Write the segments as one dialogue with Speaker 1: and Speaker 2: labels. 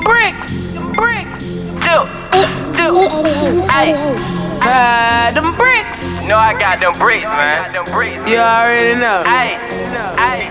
Speaker 1: bricks, bricks, do, do, hey, ah, them bricks.
Speaker 2: No, I got them bricks, man. Them bricks.
Speaker 1: You already know.
Speaker 2: Hey, hey,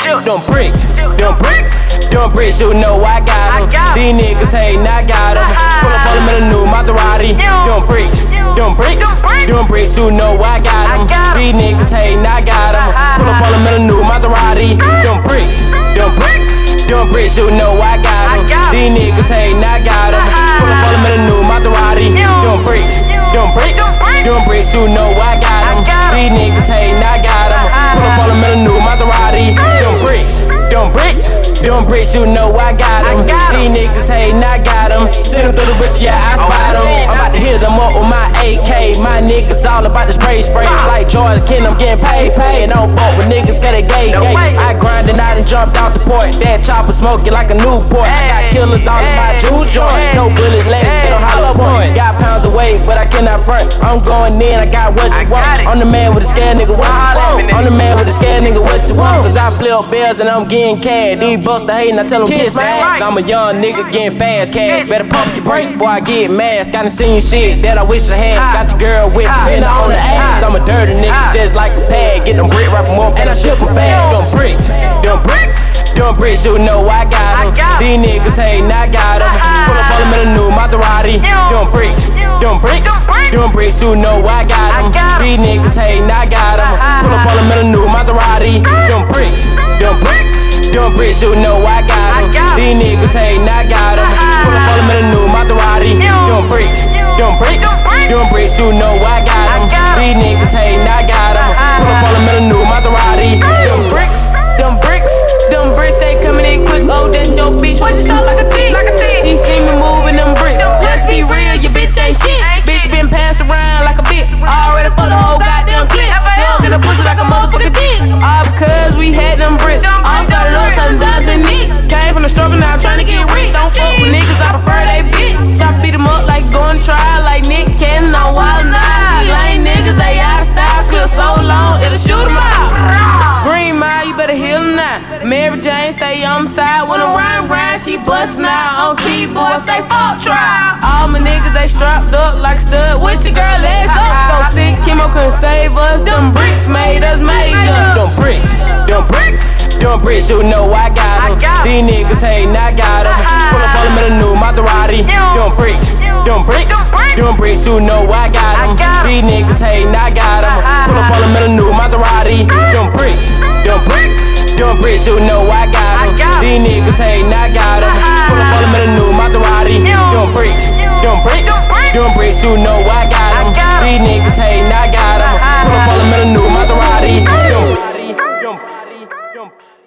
Speaker 3: Shoot them bricks, them bricks, them bricks. You know I got 'em.
Speaker 2: I got
Speaker 3: These
Speaker 2: 'em.
Speaker 3: niggas hatin', I got 'em. Pull up on 'em in a new Maserati. Them bricks, them bricks, them bricks. You know I got 'em.
Speaker 2: got 'em.
Speaker 3: These niggas hatin', I got 'em. Pull up on 'em in a new Maserati. Them bricks, them bricks, them bricks. You know I got 'em.
Speaker 2: got 'em.
Speaker 3: These niggas hatin', I got 'em. Pull up on 'em in a new Maserati. Them bricks, them bricks, them bricks. You know I got 'em.
Speaker 2: got 'em.
Speaker 3: These niggas hatin', I got 'em. Pull up on 'em in a new Maserati. Them bricks, them bricks, them bricks, you know I got 'em.
Speaker 2: got 'em.
Speaker 3: These niggas hatin', I got 'em. Send 'em through the woods, yeah, I spot 'em. I'm about to hit 'em up with my AK. My niggas all about the spray spray. Like George Ken, I'm getting paid, paid. And I don't fuck with niggas, got a gay, gay.
Speaker 2: way.
Speaker 3: I grindin' out and jumped off the port. That chopper smoking like a Newport. I got
Speaker 2: Hey,
Speaker 3: killers all in my
Speaker 2: hey,
Speaker 3: Jew joint. No bullet legs, they don't hollow point. Got pounds away, but I cannot front. I'm going in, I got what
Speaker 2: I
Speaker 3: you
Speaker 2: got
Speaker 3: want.
Speaker 2: it.
Speaker 3: I'm the man with the scared nigga, what you
Speaker 2: Holla at
Speaker 3: want?
Speaker 2: me, nigga.
Speaker 3: I'm the man with the scared nigga, what you want? Cause I flip bells and I'm getting cash. These busta hatin', I tell them kiss my ass. I'm a young nigga getting fast cash. Better pump your brakes before I get masked. Gotta seen shit that I wish I had. Got your girl with me, and on the ass. I'm a dirty nigga, just like a pad. Get them brick rapping more, and I ship them bag. Them bricks, them bricks, them bricks, you know I got 'em.
Speaker 2: got 'em.
Speaker 3: These niggas hatin', I got 'em. Pull up on 'em in a new Maserati. Them bricks, them bricks, them bricks, you know I got 'em.
Speaker 2: got 'em.
Speaker 3: These niggas hatin', I got 'em. Pull up on 'em in a new Maserati. Them bricks, them bricks, them bricks, you know I got 'em.
Speaker 2: got 'em.
Speaker 3: These niggas hatin', I got 'em. Pull up on 'em in a new Maserati. Them bricks, them bricks, them bricks, you know I got 'em.
Speaker 2: got 'em.
Speaker 3: These niggas hatin', I got 'em. Pull up on 'em in a new Maserati. Them bricks.
Speaker 1: bricks, them bricks, them bricks, they coming in quick. Oh, that's your bitch. Why'd you stop like a T?
Speaker 2: Like a T.
Speaker 1: She seen me moving them bricks. Let's be real, your bitch ain't shit.
Speaker 2: Ain't
Speaker 1: Bitch
Speaker 2: shit.
Speaker 1: been passed around like a bitch. Already fucked the whole goddamn clip. Dug in the pussy like a motherfucking bitch. All because we had them bricks.
Speaker 2: Them
Speaker 1: All
Speaker 2: bricks,
Speaker 1: started
Speaker 2: them
Speaker 1: up
Speaker 2: bricks.
Speaker 1: sometimes and nicks. Came from the struggle, now I'm trying to get rich. Don't fuck with niggas, I prefer they bitch. Try to beat them up like going to trial like Nick Cannon on Wild Nine. Lame niggas, they out of style. Clip so long, it'll shoot 'em out. Green Mile, you better heal now. Mary Jane, stay on the side. When I'm riding round, she bust now. On keyboard, say fuck trial. All my niggas, they strapped up like stud. With your girl, legs up. So sick, chemo couldn't save us. Them bricks made us major.
Speaker 3: Them bricks, them bricks, them bricks, you know I got 'em.
Speaker 2: got 'em.
Speaker 3: These niggas hatin', I got 'em. Pull up on 'em in a new Maserati. Them bricks, them bricks, them bricks, you know I got 'em.
Speaker 2: got 'em. Ah,
Speaker 3: These niggas hatin', I got 'em. Pull up on 'em in a new Maserati. Them bricks, them bricks, them bricks, you know I got 'em.
Speaker 2: got 'em. Ah,
Speaker 3: These niggas hatin', I got 'em. Pull up on 'em in a new Maserati. Them bricks, them bricks, them bricks, you know I got 'em.
Speaker 2: got 'em.
Speaker 3: These niggas hatin', I got 'em. Pull up on 'em in a new Maserati. Them, them, them.